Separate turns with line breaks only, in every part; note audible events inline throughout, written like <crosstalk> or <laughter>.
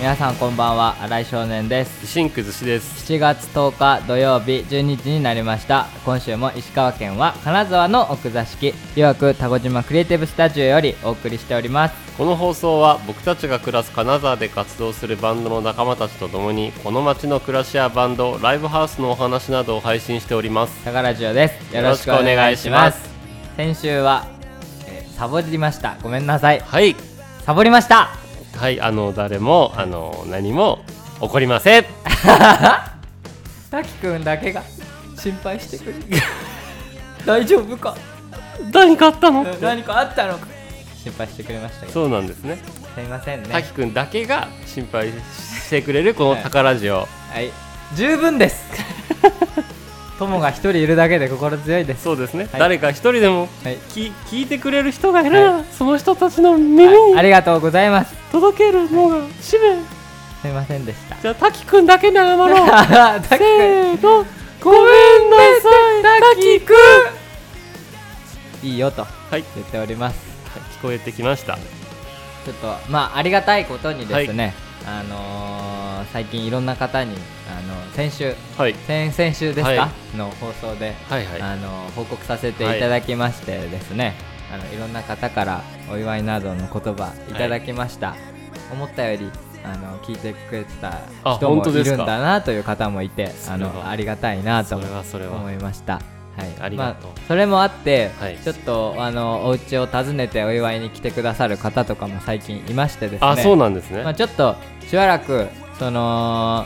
皆さんこんばんは新井少年です
シンク寿司です
7月10日土曜日12時になりました今週も石川県は金沢の奥座敷いわく田子島クリエイティブスタジオよりお送りしております
この放送は僕たちが暮らす金沢で活動するバンドの仲間たちと共にこの街の暮らしやバンドライブハウスのお話などを配信しております
高ラジオですよろしくお願いします先週は、えーサボりましたごめんなさい
はい
サボりました
はいあの誰もあの何も起こりません
滝くんだけが心配してくる大丈夫か
何かあったの
何かあったのか心配してくれましたけど
そうなんですね
すいませんね
たきくんだけが心配してくれるこの宝ラジオ
はい、十分
<laughs>
です。友が一人いるだけで心強いです。
そうですね、
はい
誰か一人でも
はい、
き聞いてくれる人がいる、
は
その人たちの耳
あ
に
りがとうございます。
届けるのが使命
すいませんでした。
じゃあたきくんだけに謝
<laughs>
ろう
だけ
せーのごめんなさいたきくん
いいよと
はい
言っております。
聞こえてきました
ちょっとまあありがたいことにですね、あのー最近いろんな方にあの先週
はい
先々週ですか、
は
の放送で
はいはい
あの報告させていただきましてですね、い、あのいろんな方からお祝いなどの言葉いただきました、思ったよりあの聞いてくれてた
あ
人も
本当
い
です
るん
か
だなという方もいてあ
それは
のありがたいなと
それ
思
はそれはい
ました。はい、
ありがとう
まあ、それもあって、
はい
ちょっとあのお家を訪ねてお祝いに来てくださる方とかも最近いましてですね
あそうなんですね、
まあ、ちょっとしばらくその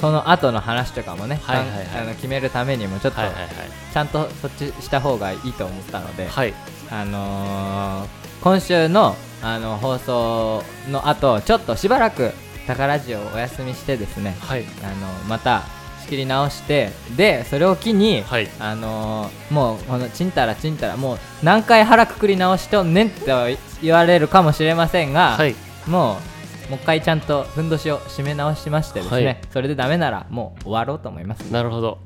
その後の話とかもね、
はいはいはい
あの決めるためにもちょっと、
はいはい
ちゃんとそっちした方がいいと思ったので、
はいはい
あのー今週のあの放送の後ちょっとしばらく宝ジオをお休みしてですね
はい
あのまた仕切り直してでそれを機に、
はい
あのーもうこのちんたらちんたらもう何回腹くくり直しとんねんって言われるかもしれませんが、
はい
もうもう一回ちゃんとふんどしを締め直しましてですね、
はい
それでダメならもう終わろうと思います
なるほど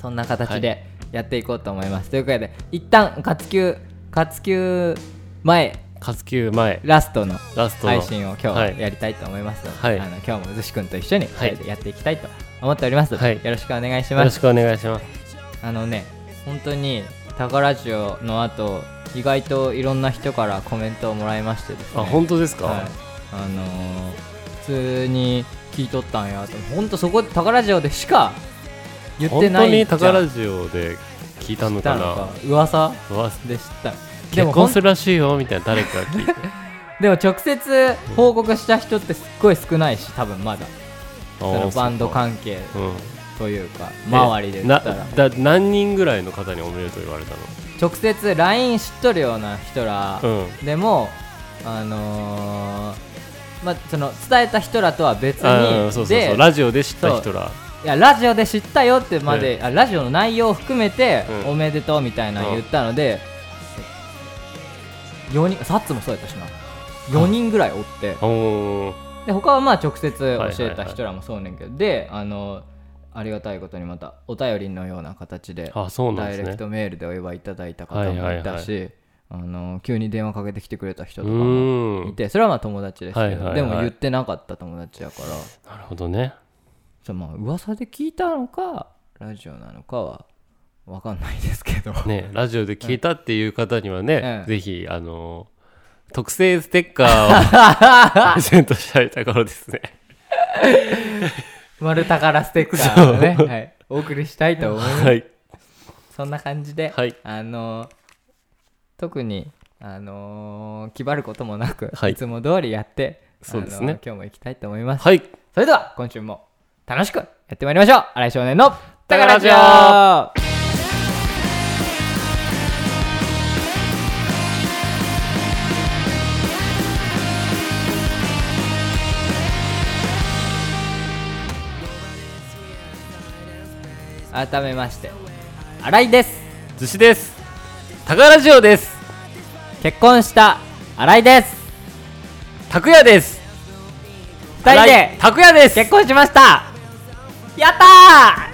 そんな形でやっていこうと思います、ということで一旦活休活休前
活休前
ラストの
ラストの
配信を今
は
日
い
やりたいと思いますので、
はい
あの今日もうずし君と一緒に
はい
やっていきたいと思っております、
はい
よろしくお願いし
よ
ま
ろ
す
しくお願いします
あのね本当にタカラジオの後意外といろんな人からコメントをもらいましてですね
あ本当ですか、
はい、あのー普通に聞いとったんやと本当そこで宝ラジオでしか言っ
本
てな
当
い
に
じゃん
宝ラジオで聞いたのか
知った
な
噂
うわ
でしたで
結
もほ
婚
ん
するらしいよみたいな誰かが聞いて
でも直接報告した人ってすっごい少ないし多分まだ <laughs>
あ
そ
ー
のバンド
そっか
関係
うん
というか周りで
え
言
な
ったら
だ何人ぐらいの方におめでとう言われた
直接 LINE 知っとるような人ら
のうん
でもあのーまあその伝えた人らとは別
あー
に
そうそうそう
で
ラジオで知った人ら
いやラジオで知ったよってまで、あラジオの内容を含めて、
うん
おめでとうみたいなの言ったので、4人サッツもそうやったしな4人ぐらいおって
おー
で他はまあ直接
いはいはい
教えた人らもそうねんけど、であのありがたいことにまたお便りのような形で
あそうなん
ダ
で
イ
す
レ
ね
クトメールでお祝いいただいた方もいたし、あの急に電話かけてきてくれた人
う
とかも
ー
い
ん
てそれはまあ友達ですけど、
はいはいはい
でも言ってなかった友達やから。
なるほどね
そうまあ噂で聞いたのかラジオなのかは分かんないですけ
<laughs>
ど
ねラジオで聞いたっていう方にはね、
うん
ぜひあのー特製ステッカー
<laughs>
をプレゼントしたいところですね
丸宝ステッカーをね、はい、お送りしたいと思います
はい
そんな感じで、
はい
あのー特にあのー気張ることもなく、
はい
いつも通りやって
そうですね
あのー今日も行きたいと思います、
はい
それでは今週も楽しくやってまいりましょう新井少年の「タカラジオ
タ」カ
改めまして新井です
寿司です高ラジオです
結婚した新井です
拓也です
二人
はい
で
拓也です
結婚しましたやった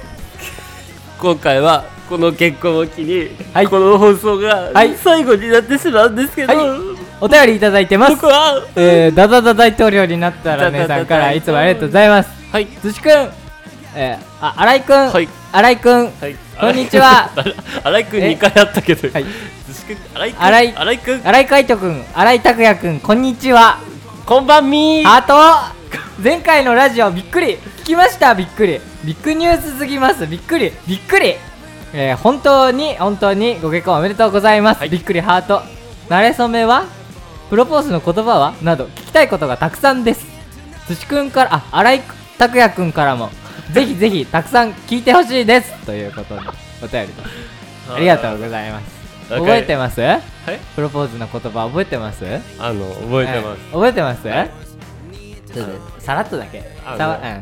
今回はこの結婚を機に、
はい
この放送が
はい
最後になってしまうんですけど、
はお便りいただいてます
僕は、
えー、ダダダ大統領になったら姉さんからいつもありがとうございます
はい
寿司くんえー、あ新井くん、
はい
新井くん、
はい、
こんにち
<laughs>
は
新井くん2回あったけど、
はい
寿司くん新井くん
新井
新井くん
新井海人くん新井拓也くんこんにちは
こんばんみー
あと前回のラジオびっくり聞きましたびっくりビッグニュースすぎますびっくりびっくり、えー、本当に本当にご結婚おめでとうございます、
はい
びっくりハート慣れ初めはプロポーズの言葉はなど聞きたいことがたくさんです寿司くんからあ新井拓也くんからもぜひぜひたくさん聞いてほしいですということでお便りですありがとうございます
なんか
覚えてます
はい
プロポーズの言葉覚えてます
あの覚えてます、
はい覚えてます、
はい
ちょっとさらっとだけ
あ
さわ
あ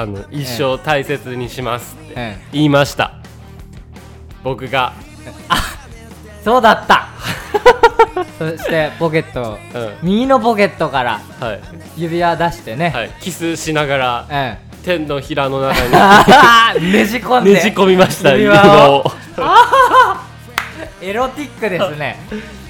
あの一生大切にしますって
うん、うん、
言いました僕が、
そうだった <laughs> そしてポケットを
うん
右のポケットから
はい
指輪出してね、
はい、キスしながら
うん <laughs>
天のひらの中
あーねじ込ん
に
で
ねじ込みました
指
指
輪
輪
を
を
エロティックですね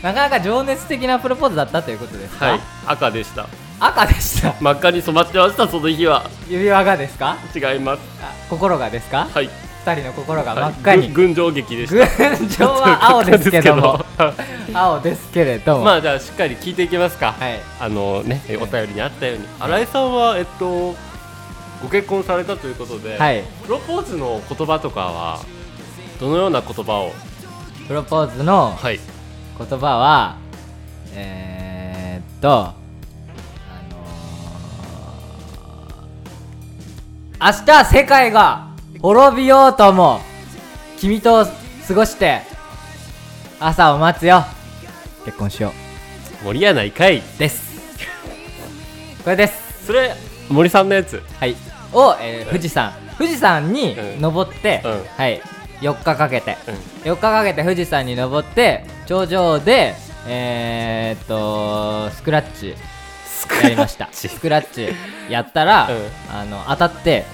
なかなか情熱的なプロポーズだったということですか、
はい赤でした
赤でした
真っ赤に染まってましたその日は
指輪がですか
違います
あ心がですか
はい
二人の心が真
は
っ
い
赤に、
ぐ群青劇でし
群
た
青は青ですけ
<laughs>
ども
ですけどはい
青ですけれども、
まあじゃあしっかり聞いていきますか
はい
あのねお便りにあったように新井さんはえっとご結婚されたということで、
はい
プロポーズの言葉とかはどのような言葉を
プロポーズの
はい
言葉はえー、っとあのー、明日世界が滅びようとも君と過ごして朝を待つよ結婚しよ
森やないかいう <laughs>
ですこれです
それ森さんのやつ
はいを、えー富士山富士山に
うん
登って、
うん
はい4日かけて
うん
4日かけて富士山に登って頂上でえー、っとスクラッチ
ス
<laughs> やりました
チ
スクラッチやったら、
う
あの当たって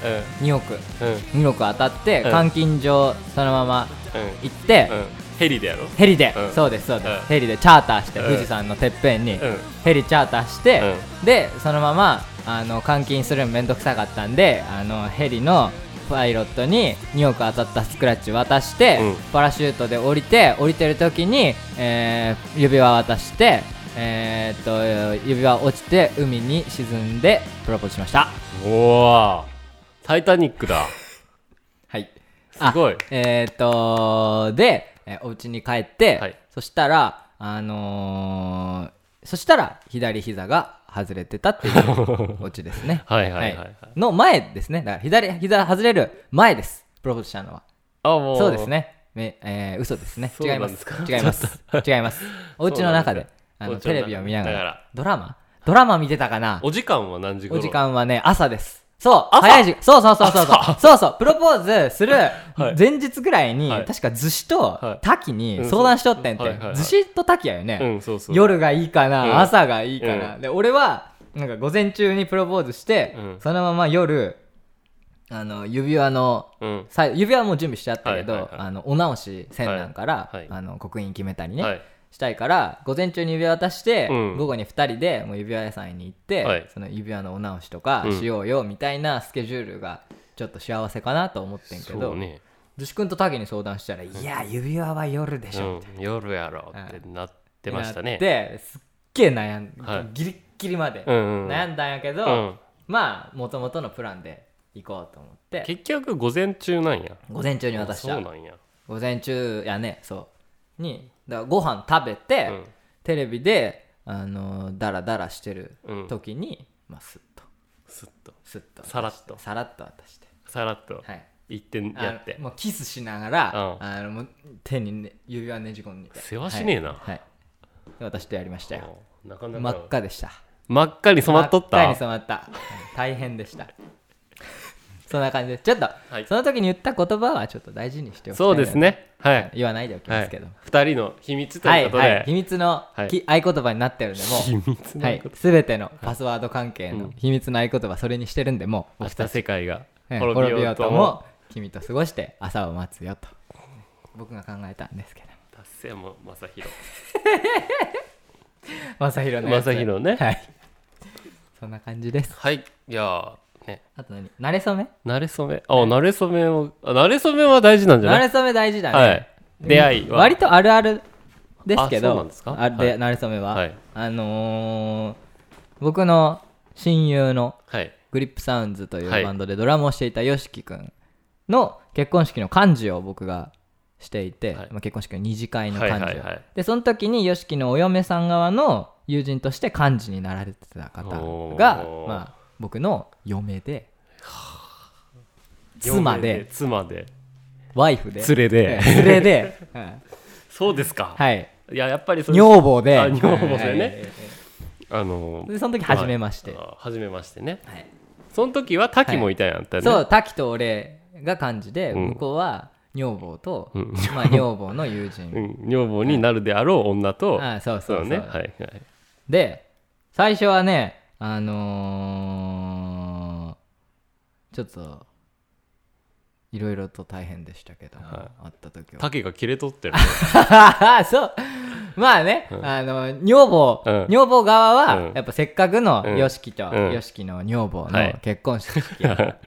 うん
2億
うんうん
2億当たって、
うん
監禁場そのまま行って、
うんヘリでやろ
ヘリで、
うん
そうですそうです、
うん
ヘリでチャーターして、
うん
富士山のてっぺんに、
うん
ヘリチャーターして、でそのままあの監禁するのめんどくさかったんであのヘリのパイロットに2億当たったスクラッチ渡して、
うん
パラシュートで降りて降りてる時に、えー指輪渡して、えーっと指輪落ちて海に沈んでプロポーズしました
うんおおタイタニックだ
はいす
すごい
えーっとで、えーお家に帰って、
はい
そしたらあのーそしたら左膝が外れてたっていう
<laughs>
お家ですね
はいはいはいはい
の前ですねだから左膝外れる前ですプロポーズしたのは
あも
そうですねめえー嘘ですね
そう
違い
な
ま
ん
す
ですか
違い
<laughs>
ます違いますお家の中であ
お
の
家の中
テレビを見ながら
だから
ドラマドラマ見てたかな
お時間は何時
お
頃
時間はね朝ですそう
朝
早い時そうそうそうそうそう
朝
そうそうプロポーズす
<laughs>
る
い
前日ぐらいに、
はい
確か寿司と
はい
滝に相談しとってんって、
うんはいはいはい
寿司と滝やよね、
うんそうそう
夜がいいかな、
うん
朝がいいかな、
う
で俺はなんか午前中にプロポーズして、
うん
そのまま夜あの指輪の
うん
さ指輪はもう準備しちゃったけど、
はいはいはい
あのお直し千なんから、
はいはい
あの刻印決めたりね、
はい
したいから午前中に指輪渡して、
うん
午後に2人でもう指輪屋さんに行って、
はい
その指輪のお直しとかしようよみたいなスケジュールがちょっと幸せかなと思ってんけ
そ
ど、
うね
寿司君とタギに相談したら「いや指輪は夜でしょ」
うん、夜やろってなってましたね。
ですっげえ悩んで、
はい
ギリッギリまで
うんうん
悩んだんやけど、
うん
まあもともとのプランで行こうと思って
結局午前中なんや。
午前中に渡し
そう
た
なんや。
午前中やねそうにだからご飯食べて、
うん
テレビであのーダラダラしてる時に、まあスッと
すっと
スッと
さらっと
さらっと渡して
さらっと
はい
行って
あの
やって。
もうキスしながら、
うん
あのもう手に、ね、指輪ねじ込んで
せわしねえな
はい、はいで渡してやりましたよ
うんなかなか
真っ赤でした
真っ赤に染まっとっ
真赤に
た。
染まったはい大変でした <laughs> そんな感じでちょっと、
はい
その時に言った言葉はちょっと大事にしておきたいな
そうですね。はい。
言わないでおき
は
ます
い
けど、。
二人の秘密と
はいいうは
こ
い
とで
秘。密の
はい
き、合言葉になってるんでもう
秘密
は
の
い
こと。、
全てのパスワード関係の秘密の合言葉それにしてるんでもう
明
僕た
日
ち
世界が
うん
滅びようとも。
君と過ごして朝を待つよと僕が考えたんですけど
達成も正弘
正弘のやつ
正弘ね
はいそんな感じです
はいいやーね
あと何慣れ初め
慣れ初めあ慣れ初めもあ慣れ初めは大事なんじゃな
慣
い
れ初め大事だね、
はい出会いは
割とあるあるですけど
あそうなんですか
あ
はい
で慣れ初めは、
はい
あのー僕の親友の
はい
グリップサウンズという
はい
バンドでドラムをしていた YOSHIKI 君の結婚式の幹事を僕がしていて、
はい
まあ、結婚式の二次会の
はい
幹事を、
はいはい
でその時に YOSHIKI のお嫁さん側の友人として幹事になられてた方
お
が
ー、
まあ、僕の嫁で妻
嫁
で
妻で
ワイフで
連れで
ええ連れ
<laughs>
で、うん
そうですか、
はい
い、ややっぱりそういう
女房で
あ女房で
はい
ね
はいはいはい
あのー
でその時初めまして、
あ初めましてね、
はい
その時は滝もいたやんあったよね、
そう滝と俺が漢字で、
うん
向こうは女房と、
ん <laughs>
まあ、女房の友人、
うん、女房になるであろう女と、
ああそうそうそう
ねはいはい
で最初はねあのーちょっといろいろと大変でしたけども、
は
会った時は
竹が切れとってる
<laughs> そうまあね、あの女房、
うん
女房側は、
うん
やっぱせっかくの
うん
YOSHIKI と
うん
YOSHIKI の女房
は
の
い
結婚式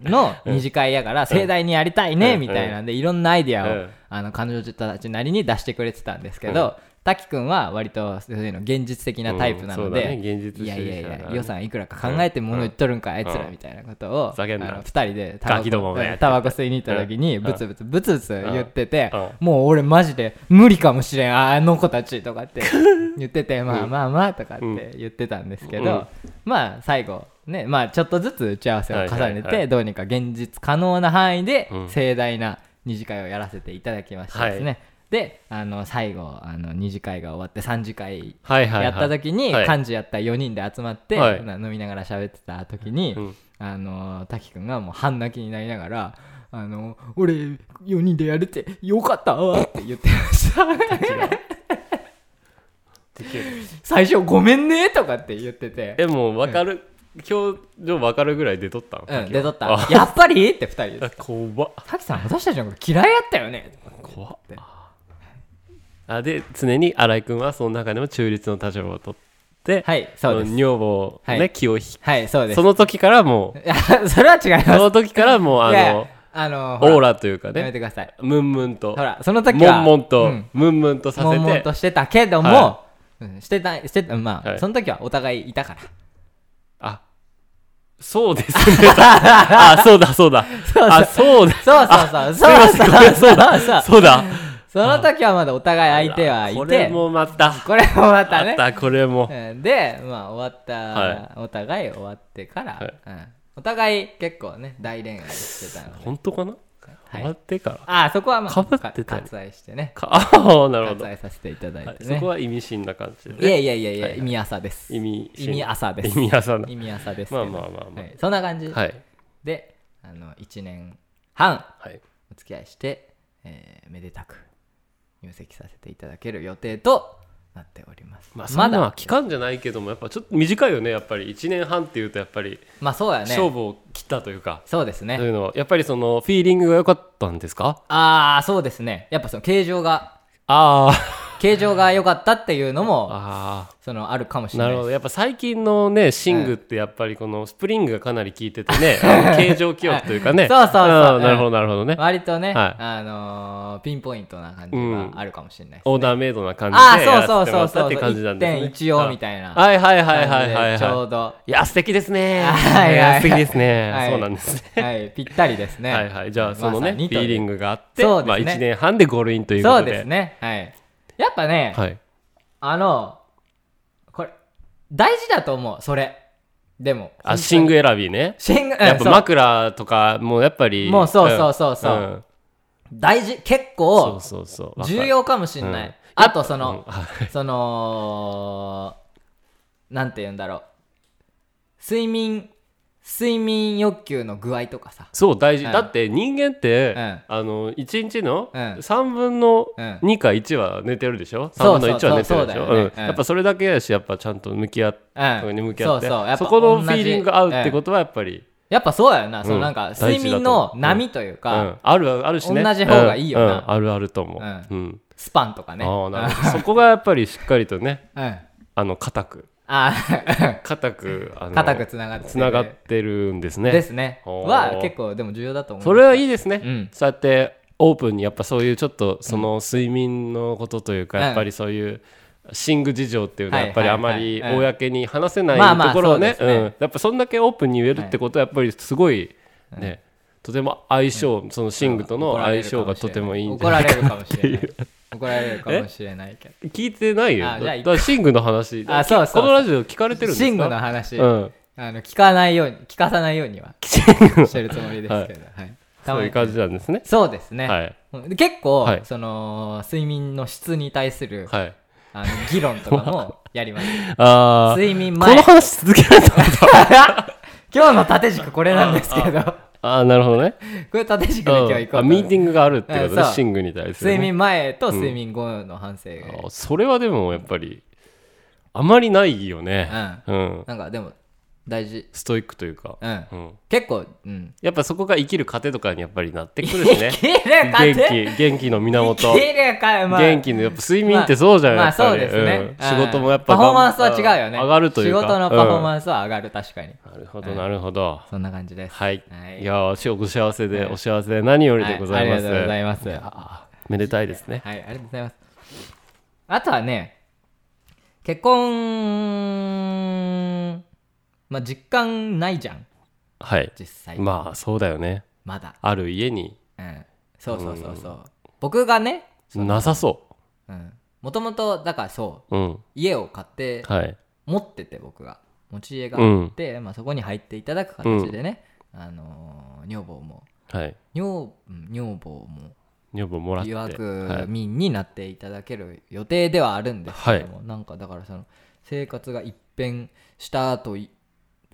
の二次会やから盛大にやりたいね
うん
みたいなんでいろんなアイディ
う
アを
ん
あの彼女たちなりに出してくれてたんですけど滝くんは割とそういうの現実的なタイプなの
うんそうだ
で
ね現実
い
主義
やいやい
者だか
や
らね
予算いくらか考えて物言っとるんかあいつらみたいなことを
ふざけんな
あの二人でタバ
ガキども
コ
がやって
タバコ吸いに行った時に
うん
ブツブツブツブツ言ってて
うん
もう俺マジで無理かもしれんあの子たちとかって
<laughs>
言っててまあまあまあとかって言ってたんですけど、
うん
まあ最後ねまあちょっとずつ打ち合わせを重
は
ね
いはいは
て
い
どうにか現実可能な範囲で
うん
盛大な二次会をやらせていただきましたですね、であの最後あの二次会が終わって三次会
<laughs> はいはいはい
やった時に
はい
幹事やった4人で集まって、
はい
な飲みながら喋ってた時に、
うん
あの滝くんがもう半泣きになりながら「あの俺4人でやれてよかったわ」って言ってました最初「ごめんね」とかって言ってて
えもう分かる、表情分かるぐらい出とったの、
「うん
滝
出
は
とった
あ
やっぱり?」って2人で
あ怖っ
「滝さん私たちのこと嫌いやったよね」
怖っ
って
あで常に新井君はその中でも中立の立場を取って、
はいそうです
の女房のね、
はい
気を引
はいそう
く
です
その時からも
<laughs> いやそれは違いうま
そ
す
の時からもうあ
い
の
やいやあのほら
オーラというか
やめ
ね
てください
ムンムンと
ほらその時
も
は
んもんと、
う
ムンムンとさせて
悶々としてたけども、
は
うんしてたしてたまあ、
はい
その時はお互いいたから
あそうです
<laughs>
ねあそうだそうだ
そう
あそうだ
そうそうそう
あすい
そう
ません
そうそう
ごめん
そうそう
そうだ
その時はまだお互い相手はいて
これもまた
これもまた
ま
ね
たこれも
うんでまあ終わった、
は
お互い終わってから、
はい
うん、お互い結構ね大恋愛してたので
本当かな
はい
終わってから
ああそこはまあ
かぶってたり
割愛してね
かああなるほ
割
ど
愛させていただいて
そ
ね、
こは意味深な感じ
い、や
で
いやいやいや、
はい
意味浅です
意味深
意味浅です
意味浅な
意味浅ですけ
ま
ど
あまあまあま
はい、そんな感じ、
あはい
であの1年半
はい
お付き合いして、えーめでたく入籍させていただける予定となっております、
まあそ
ま
んな
だ
期間じゃないけどもやっぱちょっと短いよねやっぱり1年半っていうとやっぱり
まあそうや
勝
ね
負を切ったというか
そうです
と
ね
いうのはやっぱりそのフィーリングが良かったんですか
ああそうですねやっぱその形状が
ああ
形状が良かったっていうのも
あ
そのあるかもし
あ
れな
な
で
いるほ
す
どやっぱ最近のね寝具ってやっぱりこのスプリングがかなり効いててねあの形状記憶というか
<laughs>
ね
そうそうそうん
なるほどなるほどね
割とね、
はい
あのーピンポイントな感じがあるかもしれないです、
オーダーメイドな感じ
ああ
で
ー
や
そうそ
ら
う
せても
そ
ら
う
った
そ
っ
う
て感じなんですね
1.14みたいな
はいはいはい
感
はい
じ
はい
で
はい
ちょうど、
いや素敵ですね
はいはいはい
や素敵です
は
ね
い
そうなんですね
はい、ぴったりですね。
はいはいじゃあその
ま
ね
さ
フ
に
ィ
という
ーリングがあって
そうですね
まあ1年半でゴールインというこ
そう
と
です
で
ね。はい。やっぱね、
はい
あの、これ、大事だと思う、それ。でも。
あ寝具選びね
シング、うん
やっぱ
そう
枕とかもうやっぱり
もうそうそうそうそうん大事、結
そう
構、
そうそうわかる
重要かもしんな
うん
い。あと、その
う、んはい
その、なんて言うんだろう。睡眠、睡眠欲求の具合とかさ。
そう大事、
うん
だって人間って、
うん
あの1日の
うん
3分の
うん
2か1は寝てるでしょ、
そ
3
う
分
そう
の1は寝てるでし
そうそうだよね
ょう
うん
んやっぱそれだけやしやっぱちゃんと向き合って、
うん。
そこに向き合って
そうそう。やっぱ
そこの
同
フ
じ
ィーリングが合うってことはやっぱり、
うんやっぱそうやよな、
ん
そのなんか
大事だと思う
睡眠の波というか、
うん、あるあるしね
同じ方がいいよな
うんうんあるあると思う、
う
うん
スパンとかね
ああなるほどそこがやっぱりしっかりとね
うんあ
あの固く
ー
固くあの
固くつながってる
つながってるんですね
ですね
おー
は結構でも重要だと思う
それはいいですね、
うん
そうやってオープンにやっぱそういうちょっとその睡眠のことというか、
うん
やっぱりそういう寝具事情っていうのは
はい
やっぱりあまり
はいはい
公に話せない
まあまあ
ところをね,、
そうですね
うん、やっぱそんだけオープンに言えるってことはやっぱりすごいね、とても相性、その寝具との相性がとてもいいんじゃ
怒ら
ない
れるかもしれない怒られるかもしれないけど
聞いてないよ
あ
だ
じゃあ
だから寝具の話
あそうそう
このラジオ聞かれてるんですか
シングの話、
うん、
あの聞かないように聞かさないようにはしてるつもりですけど、はい、た
そう
ま
いう
に
感じなんですね
そうですね、
はい
で結構、
はい
その睡眠の質に対する、
はい
あの議論とかもやります
あー
睡眠
この
前
話続けられた
<laughs> 今日の縦軸これなんですけどこ
ああなるほどね
れ縦軸で今日行こう
あ
と
ミーティングがあるってこと
う
ね
んそう
寝具に対するね、
睡眠前と睡眠後の反省が、
あそれはでもやっぱりあまりないよねうん、
なんかでも大事
ストイックというか、
うん
うん
結構うん
やっぱそこが生きる糧とかにやっぱりなってくるしね
綺麗か
元気元気の源
<laughs> 綺麗かまあ
元気のやっぱ睡眠ってそうじゃん、
ま
や
あ
っぱり
そうですね、
うん仕事もやっぱ
パフォーマンスは違うよね
上がるというか
仕事のパフォー
ン
マンスは上がる確かに
ス、うんなるほどなるほど、
そんな感じです
はい、
はい
い、やーしお幸せで、お幸せで何よりでございます、
はありがとうございますはい
あーめでたいですね
ありがとうございますあとはね結婚まあ実感ないじゃん
はい
実際ま
まあそうだよね
だ
ある家に
うんそうそうそうそう僕がね
なさそ
もともとだからそう
ううん
家を買って
はい
持ってて僕が持ち家があって、まあ、そこに入っていただく形でね、あのー女房も
はい
女うん女房も
女房もらって
疑
は
惑
い
民になっていただける予定ではあるんですけども、なんかだからその生活が一変したとい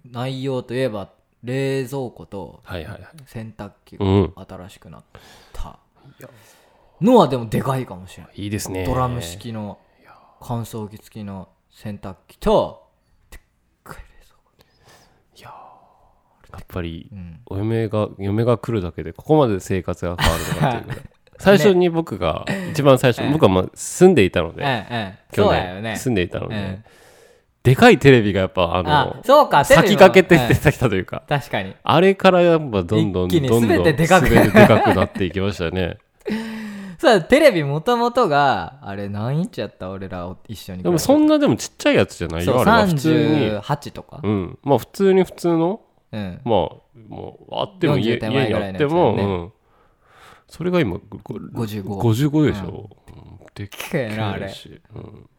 内容といえば冷蔵庫と
はいはいはい
洗濯機
う
が
ん
新しくなったのはでもでかいかもしれない
いいですね
ドラム式の乾燥機付きの洗濯機とでっかい冷蔵庫
やっぱり
うん
お嫁が嫁が来るだけでここまで生活が変わるのかっていうぐらい <laughs> 最初に僕が一番最初僕はまあ住んでいたので
ええええ
去
そうだよね
年住んでいたの
え
ででかいテレビがやっぱあ
あ
の
そうか
先駆けて
テレビもえ
出てきたというか
え確かに
あれからやっぱどんどんどん
一気に
どん
全てでかく
全てでかくなっていきまし
<laughs>
たね
そうだテレビもともとがあれ何インチやった俺らを一緒に
でもそ
なん
なでもちっちゃいやつじゃない
そう
よあれは普通に
38とか
うんまあ普通に普通の
うん
まあもうあっても
40
家
手
家
前
に
ぐら
あ
い
っ
の
て
やつだ
も、
よね
うん、それが今ごご
55
55でしょ、うんでっ
けえなあれ
し、うん、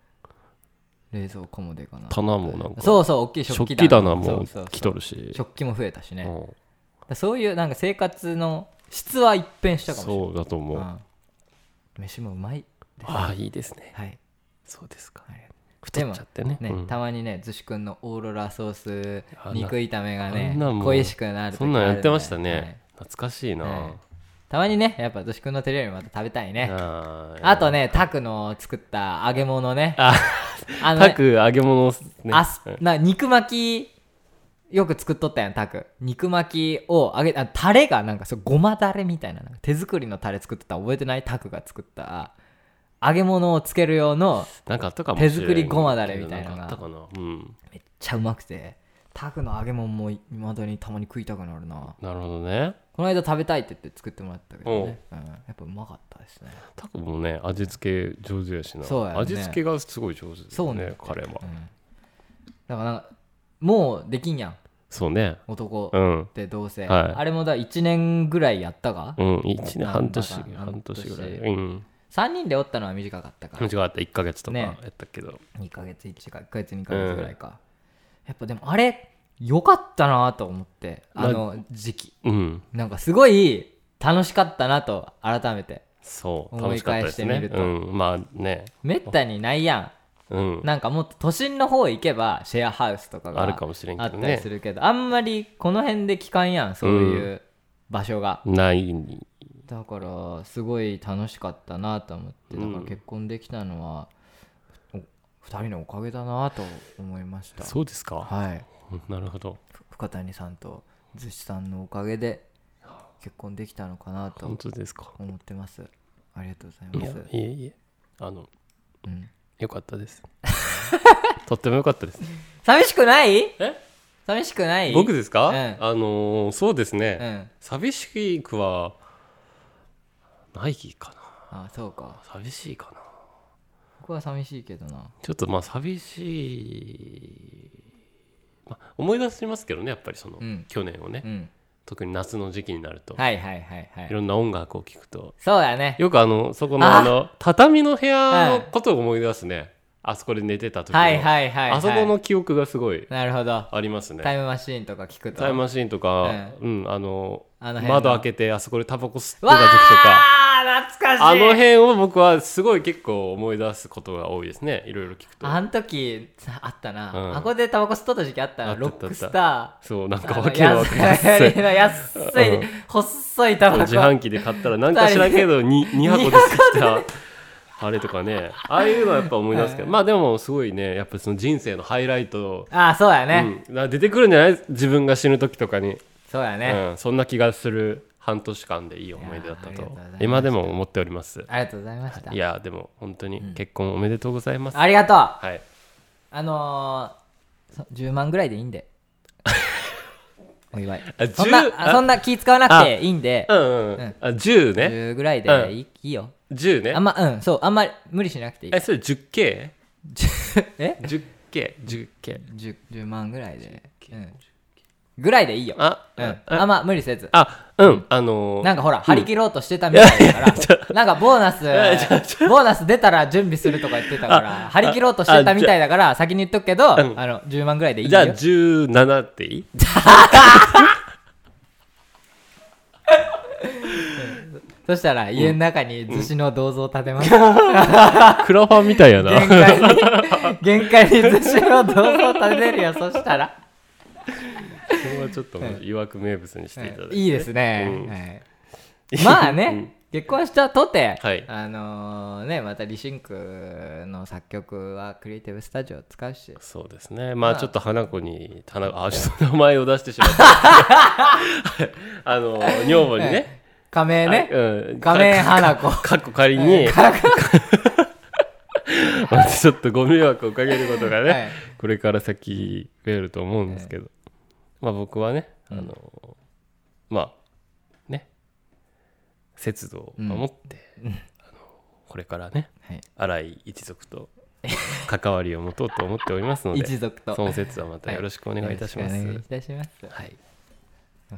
冷蔵庫もでかな
棚もなんか
そうそう大きい
食
食器
器棚も
そうそうそう
来とるし
食器も増えたしね
う
だか
ん
らそういうなんか生活の質は一変したかもしれない
そうだと思う、あ
うん飯もうまい
あいいですね
はい
そうですか
はい
太っちゃってね
ね
うん
たまにね逗子くんのオーロラソース
あな
肉炒めが
あ
ね
んなんもう
恋しくなる時
そんなんやってました
あるんだよ
ね、懐かしいな、
はいたまにねやっぱ逗子くんの手料理また食べたいね
あー
あとねタクの作った揚げ物ね
あ
あのね
タク揚げ物っすね
アス
うん
な肉巻きよく作っとったやんタク肉巻きを揚げあタレがなんかそうごまだれみたいななんか手作りのタレ作ってた覚えてないタクが作った揚げ物をつける用の
なんかあったかもしれない
手作りごまだれみたいなのが
んかあったかなうん
めっちゃうまくてタクの揚げ物もいまだにたまに食いたくなるな
なるほどね
この間食べたいって言って作ってもらったけどね、うん、やっぱうまかったですね
タコもね味付け上手やしな
そうやね
味付けがすごい上手だよね
そうね
彼は
だからなんかもうできんやん
そうね
男
う
っ
ん
てどうせ、
はい
あれもだ1年ぐらいやったか、
うん1年
なんだか
半年
半年
半年ぐらいうん
3人でおったのは短かったから
間違った1ヶ月とかや
ね
ったけど
2ヶ月1か1ヶ月2ヶ月ぐらいか、やっぱでもあれ良かったなと思って
まあ
あの時期
うん
なんかすごい楽しかったなと改めて
そう
思
楽
い
しかった
返
で
し
す
てみ
ね
ると
うんまあね
めったにないや
う
ん
ん
なんかもっと都心の方行けばシェアハウスとかが
あるかもしれん
あ
け
っ
ど
たり
ね
するけどあんまりこの辺で聞かんやんそういう場所が、
ない
だからすごい楽しかったなと思ってだから結婚できたのは2人のおかげだなと思いました
そうですか
はい
うんなるほど
深谷さんと寿司さんのおかげで結婚できたのかな
本
と
当ですか
思ってますありがとう
い
ござい
や
ます
いえいえあの
うん
よかったです
<laughs>
とってもよかったです
寂しくない
え
寂しくない
僕ですか、
ええ
あのーそうですね、
うん
寂しくはないかな
あそうか
寂しいかな
僕は寂しいけどな
ちょっとまあ寂しい、まあ、思い出しますけどねやっぱりその、
うん
去年をね、
うん
特に夏の時期になると、、
はいはいはいはいい
ろんな音楽を聴くと
そうだね
よくあのそこの
あ
あの畳の部屋の
はい
ことを思い出すね、あそこで寝てた時の、
はいはいはいはい
あそこの記憶がすごい
なるほど
ありますね
タイムマシーンとか聞くと
タイムマシーンとか、
え
うん、あの
あの辺の
窓開けてあそこでタバコ吸ってた
わ
時とか
あ懐かしい
あの辺を僕はすごい結構思い出すことが多いですねいろいろ聞くと
あん時さあったな、
うん
あこでタバコ吸っとった時期あった
あ
な
った
ロ
あった
ックスタ
そうなん
ー
か
あの
わけのわかんない
安い安い、
うん
細いタバコ
自販機で買ったら何か知らんけ
<laughs>
ど 2, 2箱ですきたあれとかねああいうのはやっぱ思い出すけど、まあでもすごいねやっぱその人生のハイライト、
ああそうやね、
うん、な出てくるんじゃない自分が死ぬ時とかに、
そうやね、
うん、そんな気がする半年間でいい思い出だった
いやーありがとう
と
ございました
今でも思っております
ありがとうございました
いやーでも本当に結婚おめでとうございます、
ありがとう
はい
あのー、そ10万ぐらいでいいん
<laughs>
でお祝い
あ
そんな
10
あそんな気使わなくていいんで
うんうん、
うん
あ10ね
10ぐらい
うん
でいい,、よ
10
あ
ね
んまうんそうあんまり無理しなくていい
えそれ 10K?
<laughs> え
10K 10K
10, 10万ぐらいで、うん、ぐらいでいいよ
あ、
うん、あ
あ
んま無理せず
あうんあのー
なんかほら、張り切ろうとしてたみたいだ
<laughs>
から、なんかボーナス、ボーナス出たら準備するとか言ってた
<laughs>
から、張り切ろうとしてたみたいだから、先に言っとくけど、あ
ん
の、10万ぐらいでいい
じゃあ
よ。
17っていい
そしたら、家の中に寿司の銅像を建てます。
クラファンみたいや
限
な。
界に、限界に寿司の銅像を建てるよ、そしたら。
それはちょっともういわく名物にしていただいて。
いいですね。はい <laughs> まあね、結婚したとて
はい、
あのーね、またリシンクの作曲はクリエイティブスタジオを使うし、
そうですね。まあ
まあ
ちょっと花子に、花子あ、ちょっと名前を出してし
<laughs>
まった。はいあの、女房にね。
仮名
はい
ね、
うん。
仮面花子。
か <laughs> っこ仮に、まあちょっとご迷惑をかけることが
はい
ね、これから先増えると思うんですけど、まあ僕はね、あの、まあ、ね、節度を守って、あのこれからね、
はい
新井一族と関わりを持とうと思っておりますの
<laughs>
で
一族と
その説はまたよろしくお願いいたします、
よろくお願
は
い
い
いたします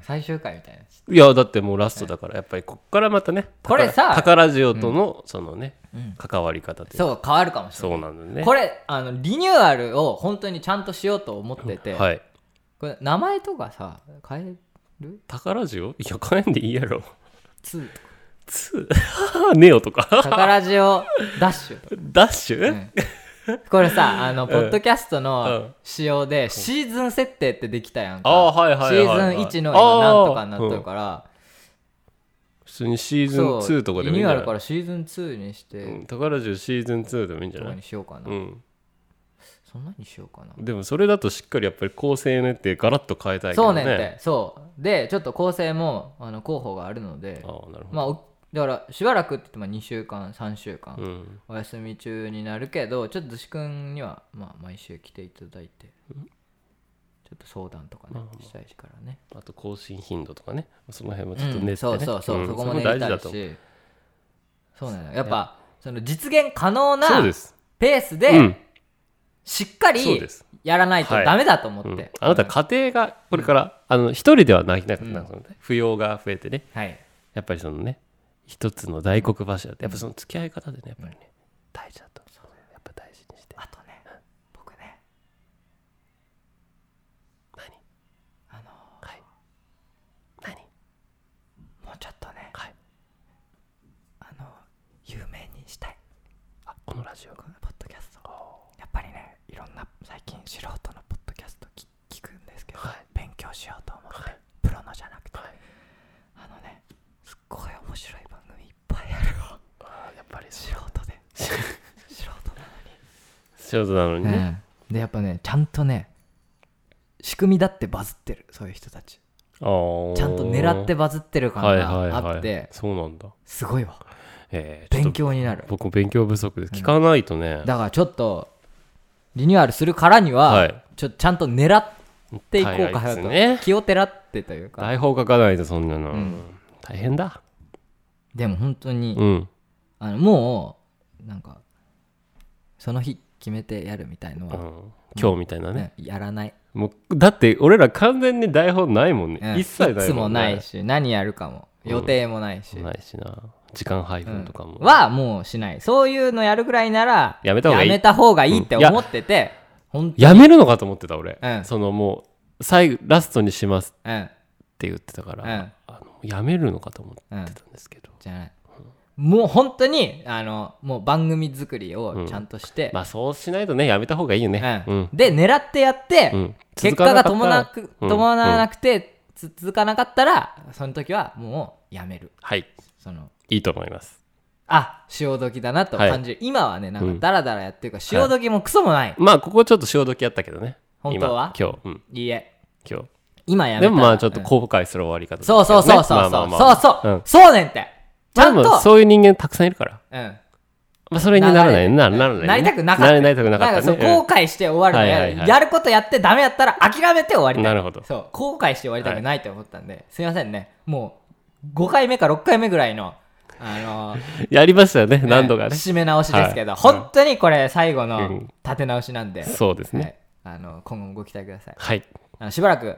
最終回みたいな。
いやだってもうラストだからやっぱりこっからまたね
これさ
宝ジオとのそのね、関わり方というか
そう、変わるかもしれ
そうなんだよ
な
ね
い。これ、あの、リニューアルを本当にちゃんとしようと思ってて、
はい
これ、名前とかさ、変える
宝ジオいや変えんでいいやろ
?2 と
ツーネオとか <laughs>
か。宝ジオダッシュとか。
ダッシュ、
うんこれさ、あの、ポッドキャスト
う
の
ん
仕様で、シーズン設定ってできたやん
ああ
か。
はいはいはいはい、
シーズン1の
あ
今、
ー
なんとかになってるから、
うん普通にシーズン
そう
2とか
リ
でもいいん
ニュ
じ
ー
ゃ
ア
ない
ルからシーズン2にして、
うん宝ジオシーズン2でもいいんじゃ
と
な
か
い
にしようかな。
うん
そんなにしようかな。
でもそれだとしっかりやっぱり構成ねってガラッと変えたいけ
そ
ど
うね
ね
んってそうでちょっと構成もあの候補があるので
ああなるほど、
まあおだからしばらくって言っても2週間3週間、
うん、
お休み中になるけどちょっと寿司くんには、まあ、毎週来ていただいて、ちょっと相談とかね、したいからね
あと更新頻度とかねその辺もちょっとね、
うんそうそうそう、
ん
そこもね大
大事
事
だ
だ
と
し
思う
そうなのやっぱその実現可能な
そうです
ペース
うん
でしっか
そう
り
です、
やらないと
はい
ダメだと思って、
うんあなた家庭がこれから、あの一人ではなくなくなるので、扶養が増えてね
はい
やっぱりそのね一つの大黒柱ってやっぱその付き合い方でねやっぱりね大事だとやっぱ大事にして
あとね、僕ね、
何
あの、
はい何
もうちょっとね、
はい
あの、有名にしたい、
あこのラジオ
このポッドキャスト。やっぱりね、いろんな最近素人のポッドキャストき聞くんですけど、
はい
勉強しようと思って、
はい
プロのじゃなくて、
はい
あのね、すっごい面白い番組いっぱいあるわ。
あやっぱり
素人で、素人な
仕事なのに
のに、
ね、
で、やっぱね、ちゃんとね、仕組みだってバズってる、そういう人たち。
ああー
ちゃんと狙ってバズってる感
はいはい
が
はい
あって
そうなんだ
すごいわ
えー、ちょ
勉
っと
強になる
僕も勉強不足です聞かないとね、
だからちょっとリニューアルするからには、
はい
ちょちゃんと狙っていこうか
大概です
と、
ね
気をてらってというか
台本書かないとそんなの、
うん
大変だ
でも本当に、
うん
あのもうなんかその日決めてやるみたいの
う
は、
ん今日みたいなね、
ねやらない、
もうだって俺ら完全に台本ないもんね、
うん
一切ない
つ
も
も
ん、
な
ね、
いし何やるかも予定もないし、
ないしな時間配分とかも、
はもうしないそういうのやるぐらいなら
やめた方がいい
方がいいって
うんいや
思ってて、ほん
やめるのかと思ってた俺、
うん
そのもう最後ラストにします
うん
って言ってたから、
うん
あのやめるのかと思って
うん
たんですけど、
じゃないもう本当にあのもう番組作りをちゃんとして、
まあそうしないとねやめた方がいいよね
うんで狙ってやって、
うん
結果が伴わなく
続かなかったらうん
伴わなくて、つ続かなかったらその時はもうやめる
はい
その
いいと思います
あ潮時だなと感じる、今はねなん
う
か
ん
ダラダラやってるから潮時もクソもない、
まあここちょっと潮時やったけどね
本当は
今今日、うん、
い、いえ
今日
今やめた
で
ら
もまあちょっと
うん
後悔する終わり方、ね
そうそうそうそうそう、
まあまあまあ
そうそう、
ん
そうねんってちゃん
まあでも
と
そういう人間たくさんいるから、
うん
まあ、それにならないなならない、ね、
なりたくなかった
なりたくなかった、ね、
んかそう後悔して終わるのやる、
はいはいはい
やることやってダメやったら諦めて終わ
う
り
ん
た
ないるほど
そう後悔して終わりたくないと思ったんで、すいませんねもう5回目か6回目ぐらいのあのー
やりましたよね <laughs> 何度かね
締め直しですけど、
はい
本当にこれ最後
う
の
ん
立て直しなんで、
そうですね
はい、あの今後もご期待ください
はい
あのしばらく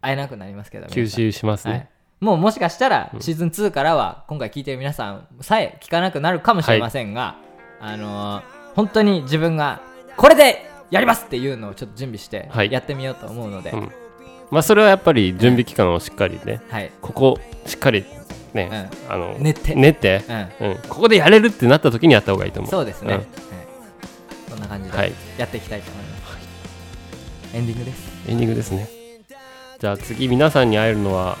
会えなくなりますけど
吸収します
皆さんは
ね
い、もうもしかしたらシーズン2からは今回聞いてる皆さんさえ聞かなくなるかもしれませんが、あのー本当に自分がこれでやりますっていうのをちょっと準備して
はい
やってみようと思うので、
うんまあそれはやっぱり準備期間をしっかりね
はい、
ここしっかりね、あの
練って
練って、
うん、
うん、ここでやれるってなった時にやった方がいいと思う
そうですね、
ん
はい、そんな感じ
は
で
い
やっていきたいと思います、エンディングです
エンディングですねじゃあ次皆さんに会えるのは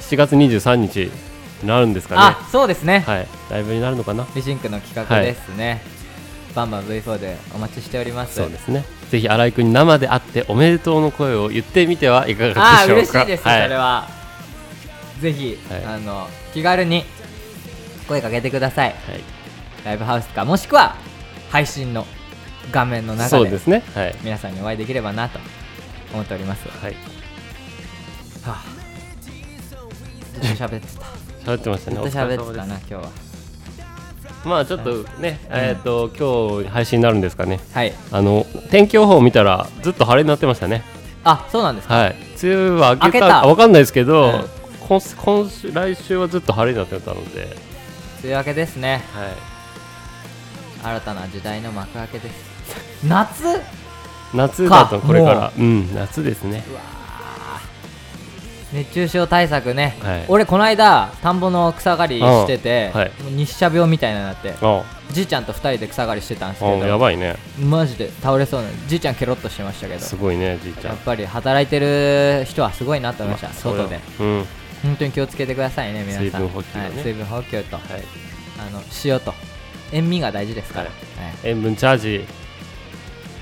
7月23日になるんですかね
あそうですね、
はいライブになるのかな
リシンクの企画ですね、バンバン V4 でお待ちしております
そうですねぜひ新井くんに生で会っておめでとうの声を言ってみてはいか
あ
が
あ
でしょう
嬉し
か
いです、
はい
それはぜひ、
はい
あの気軽に声かけてください
はい
ライブハウスかもしくは配信の画面の中
そう
で
ですねはい、
皆さんにお会いできればなと思っておりますは
はい、
あずっと喋ってた
喋ってましたね
ずっと喋っ
<laughs>
て
お疲れ様
た
で
な今日は
すまあちょっとね、えっ、と今日配信になるんですかね
はい
あの天気予報を見たらずっと晴れになってましたね
あそうなんですか
はい梅雨は明けた
明けた
かわかんないですけど、
うん
今今週来週はずっと晴れになってたので
というわけですね
はい
新たな時代の幕開けです <laughs> 夏
夏だと
か
これからうん夏ですね
熱中症対策ね、
はい
俺この間田んぼの草刈りしてて、
うんはい
もう日射病みたいになって
あ
じいちゃんと2人で草刈りしてたんです
あ
け
や
ど
ばいね
マジで倒れそうなじいちゃんケロッとしてましたけど
すごいねじいちゃ
や
ん
っぱり働いてる人はすごいなと思いました、
あ
外で
そうようん
本当に気をつけてくださいね皆さん
水分補給ね
はい、水分補給と、
はい、
あの塩と塩味が大事ですから、
はい
はい
塩分チャージ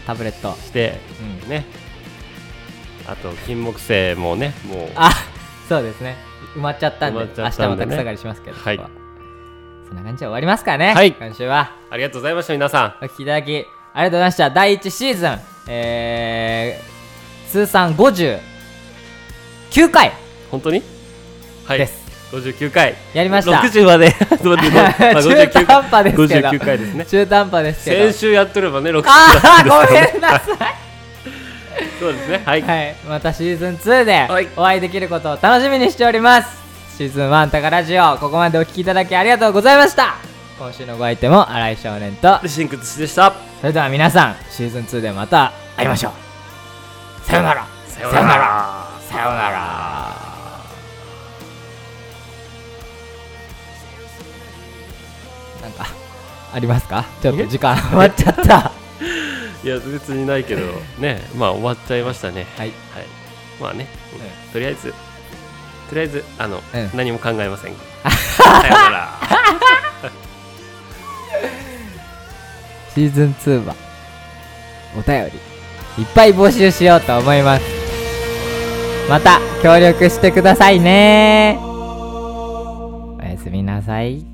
タブレット、
して
うん、
ねあと金木犀もねもう
あそうですね埋まっちゃったんで
埋まっちゃったんでね
明日もたくさんがりしますけど、
はい
ここそんな感じで終わりますかね、
はい
今週は
ありがとうございました皆さん
お聞きいただきありがとうございました第1シーズン、えー、通算59回
本当にはい
です、
59回
やりました
60まで <laughs> どうでもまあ
<laughs> 中途半端ですけど
59回ですね
中途半端ですけど
先週やっとればね60
ああごめんなさい
<laughs> そうですねはい、
はい、またシーズン2で
はい
お会いできることを楽しみにしておりますシーズン1タカラジオここまでお聞きいただきありがとうございました今週のご相手も新井少年と
でシンクツシでした
それでは皆さんシーズン2でまた会いましょうさよなら
さようなら
さよならなんかありますかちょっと時間余っちゃ
<laughs>
った
いや別にないけどねまあ終わっちゃいましたね
はい
はいまあね、うん
え
とりあえずとりあえずあの、
ええ
何も考え
<laughs>
ませんさようなら
シーズン2はお便りいっぱい募集しようと思いますまた協力してくださいねおやすみなさい